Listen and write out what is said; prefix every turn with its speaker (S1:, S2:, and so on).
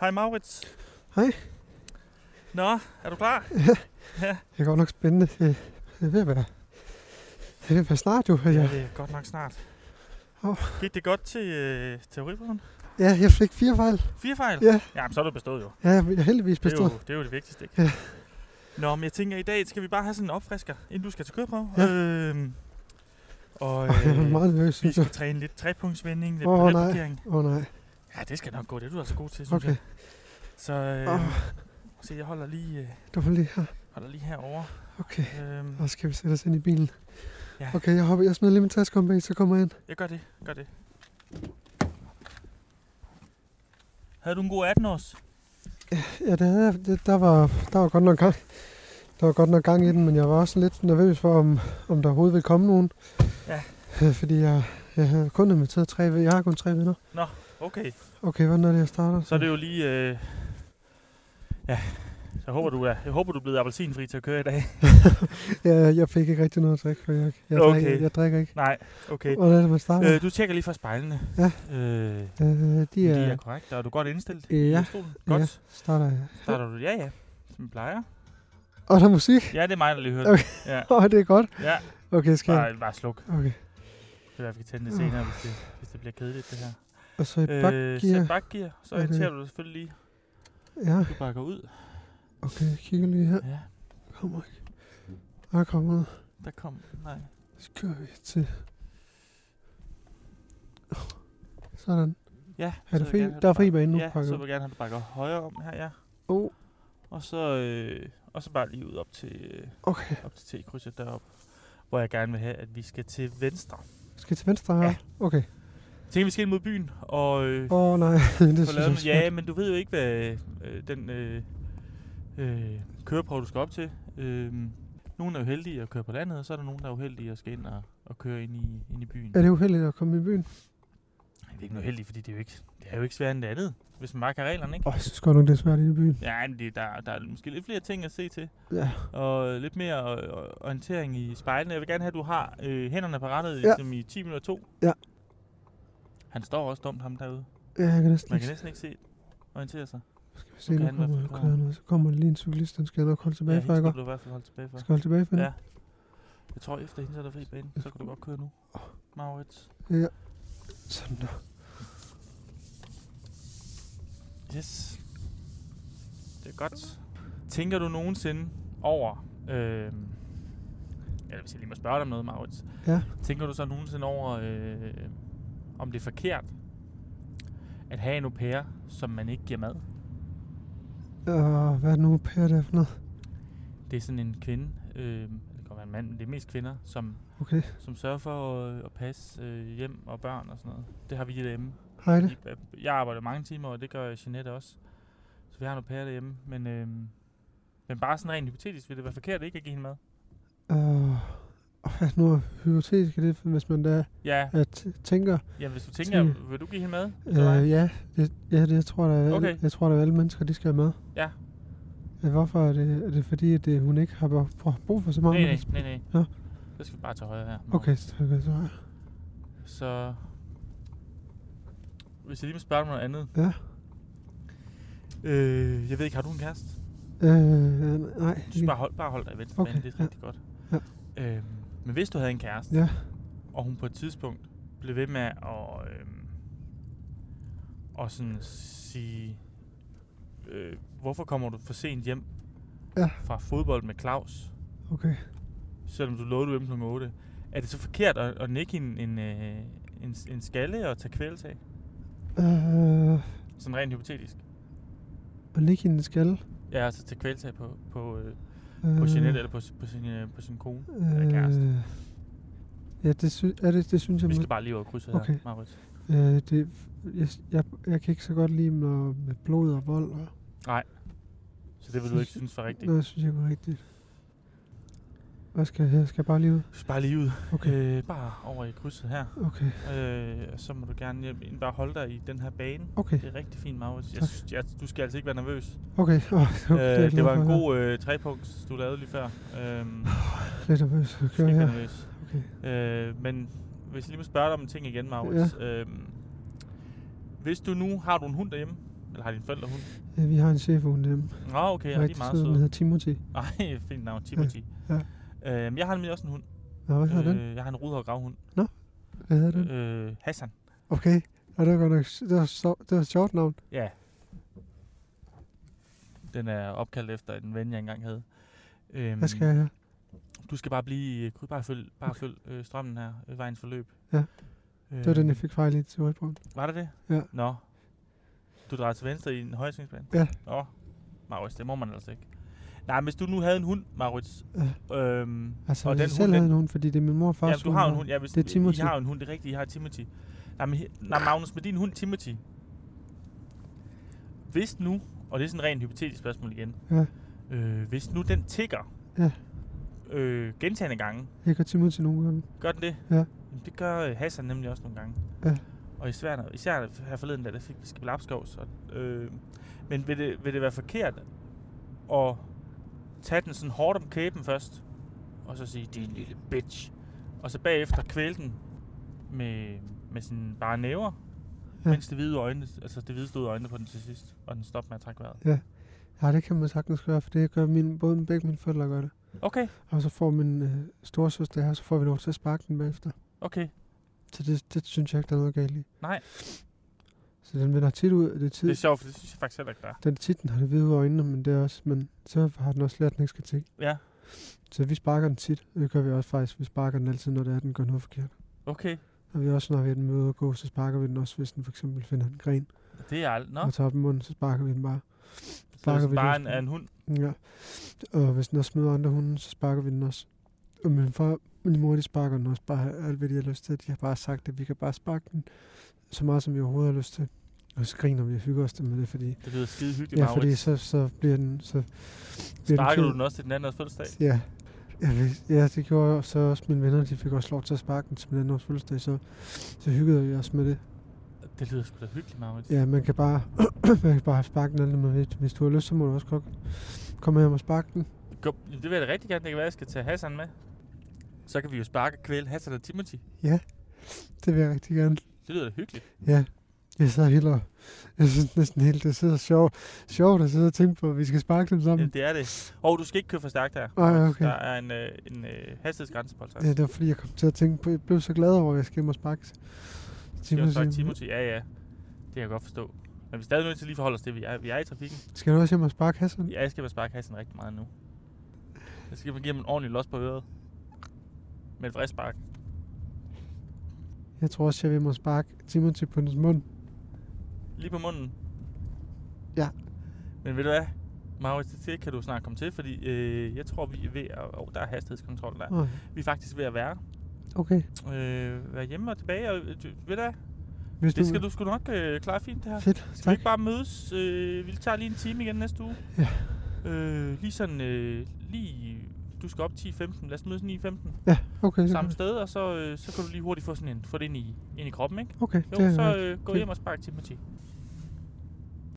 S1: Hej Maurits.
S2: Hej.
S1: Nå, er du klar?
S2: Det er godt nok spændende. Det det er ved at være, det er ved at være snart jo. at
S1: Ja,
S2: Jeg,
S1: det er godt nok snart.
S2: Hov.
S1: Gik det godt til øh, teoriprøven?
S2: ja, jeg fik fire fejl.
S1: Fire fejl?
S2: Ja.
S1: Jamen, så er du bestået jo.
S2: Ja, jeg er heldigvis
S1: Det er
S2: bestået.
S1: jo det, er jo det vigtigste, ikke?
S2: Ja.
S1: Nå, men jeg tænker, i dag skal vi bare have sådan en opfrisker, inden du skal til køreprøve.
S2: Ja.
S1: Øhm, og
S2: Og jeg er
S1: øh,
S2: meget nervøs,
S1: vi
S2: synes jeg.
S1: skal træne lidt trepunktsvending, lidt
S2: Åh,
S1: oh,
S2: nej.
S1: parallelparkering.
S2: Åh oh, nej.
S1: Ja, det skal nok gå. Det er du altså god til, synes
S2: Okay, Ah.
S1: jeg. Så øh,
S2: Åh.
S1: se, jeg holder lige, øh,
S2: du var lige her.
S1: holder lige herovre.
S2: Okay.
S1: Øhm,
S2: Og så skal vi sætte os ind i bilen.
S1: Ja.
S2: Okay, jeg, hopper, jeg smider lige min taske om bag, så kommer jeg ind.
S1: jeg gør det, gør det. Havde du en god 18-års?
S2: Ja, det havde jeg. Det, der, var, der var godt nok gang. Der var godt nok gang i den, men jeg var også lidt nervøs for, om, om der overhovedet ville komme nogen.
S1: Ja.
S2: Øh, Fordi jeg, jeg havde kun inviteret tre venner. Jeg har kun tre venner.
S1: Okay,
S2: Okay, hvordan er det, jeg starter?
S1: så er det jo lige... Øh, ja, jeg håber, du er, jeg håber, du er blevet appelsinfri til at køre i dag.
S2: Ja, jeg fik ikke rigtig noget at drikke, for jeg, jeg,
S1: Okay.
S2: okay. drikker, jeg drikker ikke.
S1: Nej, okay.
S2: Hvordan er det, man starter?
S1: Øh, du tjekker lige for spejlene.
S2: Ja.
S1: Øh,
S2: Øh, de
S1: ja.
S2: er...
S1: Det er korrekt. Og er du godt indstillet i
S2: Ja.
S1: stolen? Godt.
S2: Starter jeg.
S1: Starter du? Ja, ja. Som jeg plejer.
S2: Og der er musik.
S1: Ja, det er mig, der lige hørte.
S2: Okay.
S1: det. Ja,
S2: Åh, det er godt.
S1: ja.
S2: Okay, skal jeg?
S1: Bare, bare sluk.
S2: Okay.
S1: Det kan være, vi kan tænde det senere, hvis det, hvis det bliver kedeligt, det her. Øh,
S2: Og så i bakgear.
S1: sæt bakgear. Så
S2: Er det-
S1: orienterer du dig selvfølgelig lige.
S2: Ja,
S1: Du bakker ud.
S2: okay, jeg kigger lige her.
S1: Ja,
S2: Kommer ikke. Der kommer ud.
S1: der kom... Nej.
S2: Så kører vi til... Sådan.
S1: Ja,
S2: Er
S1: så vil
S2: der
S1: jeg
S2: fri?
S1: gerne have,
S2: Der er
S1: du
S2: fri
S1: bakker-
S2: bane nu,
S1: Ja,
S2: bakker
S1: så
S2: ud.
S1: vil jeg gerne have, at du bakker højere om her, ja.
S2: Oh,
S1: Og så, øh, og så bare lige ud op til, øh,
S2: okay.
S1: op til T-krydset derop, hvor jeg gerne vil have, at vi skal til venstre.
S2: Skal jeg til venstre her?
S1: Ja.
S2: Okay.
S1: Jeg tænker, vi skal ind mod byen, og øh,
S2: Åh, oh, nej. det
S1: få
S2: synes
S1: lavet
S2: jeg
S1: noget.
S2: er
S1: Ja,
S2: svært.
S1: men du ved jo ikke, hvad øh, den øh, øh, køreprøve, du skal op til. Øh, nogle er jo heldige at køre på landet, og så er der nogen, der er uheldige at skal ind og, og køre ind i, ind i byen.
S2: Er det uheldigt at komme i byen?
S1: Det er ikke noget heldigt, fordi det er jo ikke, det er jo ikke sværere end det andet, hvis man bare kan reglerne, ikke?
S2: Åh, oh, jeg synes godt nok, det er svært i byen.
S1: Ja, men det, der, der er måske lidt flere ting at se til.
S2: Ja.
S1: og øh, lidt mere øh, orientering i spejlene. Jeg vil gerne have, at du har øh, hænderne på rettet ja.
S2: Ja.
S1: som i 10 minutter 2.
S2: Ja.
S1: Han står også dumt ham derude.
S2: Ja, jeg kan næsten
S1: Man
S2: ikke
S1: kan næsten ikke se orientere sig.
S2: Skal vi se, nu
S1: kan han i hvert
S2: kommer
S1: fald
S2: jeg
S1: komme.
S2: kørende, så kommer der lige en cyklist, den skal jeg nok holde tilbage for,
S1: hende skal
S2: jeg går.
S1: du i hvert fald holde tilbage for.
S2: Skal jeg holde tilbage for
S1: Ja.
S2: ja.
S1: Jeg tror, efter hende så er der fri bane. Så kan du godt køre nu. Maurits.
S2: Sådan der.
S1: Yes. Det er godt. Tænker du nogensinde over... Øh, eller hvis jeg lige må spørge dig om noget, Maurits.
S2: Ja.
S1: Tænker du så nogensinde over, øh, om det er forkert at have en au pair, som man ikke giver mad?
S2: Og Øh, hvad er det nu, Per, der er for noget?
S1: Det er sådan en kvinde, øh, det kan godt være en mand, men det er mest kvinder, som,
S2: Okay.
S1: som sørger for at, at passe øh, hjem og børn og sådan noget. Det har vi derhjemme.
S2: Hej det.
S1: I- Jeg arbejder mange timer, og det gør Jeanette også. Så vi har en au pair derhjemme, men, øh, men bare sådan rent hypotetisk, vil det være forkert ikke at give hende mad?
S2: Øh, og hvad er det nu, hypotetisk er det, hvis man da
S1: Ja,
S2: at tænker,
S1: jamen, hvis du tænker,
S2: Tænker-
S1: vil du give hende mad? Eller hvad?
S2: øh, ja, det, ja, det, jeg tror da, alle-
S1: Okay.
S2: jeg tror da, alle mennesker, de skal have mad.
S1: Ja.
S2: Øh, Hvorfor er det, er det fordi, at det, hun ikke har behov- brug for så meget?
S1: Nej, nej,
S2: mad?
S1: nej, nej.
S2: Nå.
S1: Så skal vi bare til højre her.
S2: Okay, så, okay, så
S1: Så... Hvis jeg lige må spørge dig om noget andet.
S2: Ja.
S1: Øh, jeg ved ikke, har du en kæreste?
S2: øh, nej.
S1: Du skal bare holde, bare holde dig i venstre
S2: Okay,
S1: okay, det er
S2: ja.
S1: rigtig godt. Øhm, men hvis du havde en kæreste,
S2: Ja.
S1: og hun på et tidspunkt blev ved med at, øhm, og sådan sige, øh, hvorfor kommer du for sent hjem
S2: Ja.
S1: fra fodbold med Claus,
S2: Okay.
S1: selvom du lovede du hjem kl. 8, er det så forkert at, at nikke en, en, øh, en, en skalle og tage kvæls af?
S2: Øh,
S1: Sådan rent hypotetisk.
S2: og ligge i en skalle.
S1: Ja, altså tage kvæls af på, på, øh,
S2: Øh,
S1: på Jeanette eller på, på, sin, øh, på sin kone. Eller kæreste.
S2: Øh, ja, det, sy- er det, det synes jeg...
S1: Vi
S2: må-
S1: skal bare lige over krydset okay. her,
S2: Okay.
S1: Maurits.
S2: Øh, det, jeg, jeg, jeg kan ikke så godt lide, når med blod og vold. Og,
S1: Så det vil du ikke synes var rigtigt.
S2: når jeg synes, jeg var rigtigt. Hvad skal jeg her? Skal jeg bare lige ud?
S1: Du skal bare lige ud.
S2: Okay.
S1: Øh, bare over i krydset her.
S2: Okay,
S1: Øh, og så må du gerne hjem ind. Bare holde dig i den her bane.
S2: okay,
S1: Det er rigtig fint, Maurits. Jeg,
S2: Tak.
S1: synes- jeg, du skal altså ikke være nervøs.
S2: okay. Oh,
S1: Okay, øh, det var en god øh, trepunkt, du lavede lige før. Øh,
S2: Lidt nervøs at
S1: du skal
S2: køre
S1: ikke være
S2: Ah, her.
S1: nervøs.
S2: Okay.
S1: Øh, men hvis jeg lige må spørge dig om en ting igen, Maurits. Ja. Øh, hvis du nu har du en hund derhjemme, Eller har dine forældre hund?
S2: Ja, vi har en chefhund hjemme.
S1: Nå, okay, ja, de er
S2: Rigtig
S1: meget
S2: sød, den
S1: søde.
S2: hedder Timothy.
S1: Ej, fint navn, Timothy.
S2: Ja,
S1: Ja. Øhm, jeg har nemlig også en hund. Øh,
S2: Nå, hvad hedder den?
S1: jeg har en rudhåret gravhund.
S2: Hvad hedder den?
S1: Øh, Hassan.
S2: Okay. Og det var godt nok, det var, så, det var et sjovt navn.
S1: Ja. Den er opkaldt efter en ven, jeg engang havde. Øhm,
S2: Hvad skal jeg her?
S1: Du skal bare blive, øh, bare følge, bare følg øh, strømmen her, øh, vejens forløb.
S2: Ja.
S1: Øh,
S2: Det var den, jeg fik fejl i til højdepunkt.
S1: Var det det?
S2: Ja.
S1: Nå. Du drejer til venstre i en højsvingsbane?
S2: Ja.
S1: Nå, Maurits, det må man altså ikke. Nej, men hvis du nu havde en hund, Maurits. Ja. Øhm,
S2: Altså,
S1: Og
S2: og
S1: den
S2: jeg selv
S1: hund,
S2: havde en hund, fordi det er min mor og fars
S1: ja, du har jo en
S2: og-
S1: hund. Ja, hvis
S2: Det er Timothy.
S1: I har jo en hund, det er rigtigt. I har Timothy. Nej, men, he- nej, Magnus, med din hund Timothy. Hvis nu, og det er sådan et rent hypotetisk spørgsmål igen.
S2: Ja.
S1: Øh, hvis nu den tigger
S2: Ja.
S1: øh, gentagende gange,
S2: Jeg gør Timothy nogle gange.
S1: Gør den det?
S2: Ja.
S1: Jamen, det gør øh, Hassan nemlig også nogle gange.
S2: Ja.
S1: Og især, især her forleden, da der fik vi skibelapskovs. Og, øh, men vil det, vil det være forkert at tage den sådan hårdt om kæben først, og så sige, din lille bitch, og så bagefter kvæle den med, med sådan bare næver, ja.
S2: Ja.
S1: mens det hvide øjne, altså det hvide stod i øjnene på den til sidst, og den stopper med at trække vejret.
S2: Ja, det kan man sagtens gøre, for det gør min, både begge mine forældre gør det.
S1: Okay,
S2: Og så får min øh, storesøster her, så får vi lov til at sparke den bagefter.
S1: okay.
S2: Så det, det synes jeg ikke, der er noget galt i.
S1: Nej.
S2: Så den vender tit ud, og det er
S1: Det er
S2: tit,
S1: sjovt, for det synes jeg faktisk heller ikke, der er.
S2: den tit, den har det hvide ud af øjnene, men det er også, men så har den også lært, at den ikke skal tigge.
S1: Ja,
S2: Så vi sparker den tit, og det gør vi også faktisk. Vi sparker den altid, når det er, den gør noget forkert.
S1: okay.
S2: Og vi også, når vi er den møde og gå, så sparker vi den også, hvis den for eksempel finder en gren
S1: Det er alt. Nå,
S2: og tager op i munden, så sparker vi den bare.
S1: så er
S2: sparker
S1: det
S2: vi
S1: bare
S2: løs
S1: en,
S2: på den.
S1: en hund.
S2: Ja. Og hvis den også møder andre hunde, så sparker vi den også. Og min far min mor, de sparker den også bare alt, hvad de har lyst til. De har bare sagt, at vi kan bare sparke den så meget, som vi overhovedet har lyst til. Og så griner vi og hygger os med det, fordi,
S1: Det lyder skide hyggeligt,
S2: ja,
S1: Maurits.
S2: fordi så, så bliver den... Så bliver
S1: Sparkede
S2: ked-
S1: du den også til den anden års fødselsdag?
S2: Ja. Ja, vi- ja, det gjorde jeg, og så også mine venner, de fik også lov til at sparke den til min anden års fødselsdag, så, så hyggede vi os med det.
S1: Det lyder sgu da hyggeligt, Magnus.
S2: Ja, man kan bare, man kan bare sparke den, alt, man vil. hvis du har lyst, så må du også godt komme hjem og sparke den.
S1: Go- Jamen, det vil jeg da rigtig gerne. Det kan være, at jeg skal tage Hassan med. Så kan vi jo sparke og kvæle Hassan og Timothy.
S2: Det vil jeg rigtig gerne.
S1: Det lyder da hyggeligt.
S2: Ja, jeg sad helt og, jeg synes næsten helt, det sidder sjovt, sjovt at sidde og tænke på, at vi skal sparke dem
S1: Ja,
S2: sammen.
S1: det er det. Og du skal ikke køre for stærkt her.
S2: Ej,
S1: Maurits.
S2: okay.
S1: Der er en, øh, en øh, hastighedsgrænse på 50.
S2: Ja, det var fordi, jeg kom til at tænke på, jeg blev så glad over, at jeg skal hjem og sparke.
S1: Skal jeg sparke
S2: Timothy.
S1: Timothy? Ja, ja. Det kan jeg godt forstå. Men vi er stadig nødt til lige at forholde os til, vi er, vi er i trafikken.
S2: Skal du også hjem og sparke Hassan?
S1: Ja, jeg skal bare sparke Hassan rigtig meget nu. Jeg skal give ham en ordentlig los på øret. Med et frisk spark.
S2: Jeg tror også, jeg vil hjem og sparke Timothy på hendes mund.
S1: Lige på munden?
S2: Ja.
S1: Men ved du hvad, Maurits, det- det kan du snart komme til, fordi øh, jeg tror, vi er ved at... Oh, der er hastighedskontrol der.
S2: Åh,
S1: Vi er faktisk ved at være,
S2: Okay.
S1: øh, være hjemme og tilbage, og øh, du- ved du hvad,
S2: Hvis
S1: det skal du sgu nok øh, klare fint det her.
S2: Fedt,
S1: Skal vi
S2: tak.
S1: ikke bare mødes? Øh, vi tager lige en time igen næste uge.
S2: Ja.
S1: Øh, lige sådan, øh, lige... Du skal op 10.15, lad os mødes 9.15
S2: Ja, okay. det
S1: samme
S2: kan-
S1: sted, og så, øh, så kan du lige hurtigt få sådan en, få det ind i, ind i kroppen, ikke?
S2: Okay,
S1: Jo,
S2: det er
S1: så
S2: godt.
S1: øh, gå
S2: Det-
S1: hjem og spark til Timothy.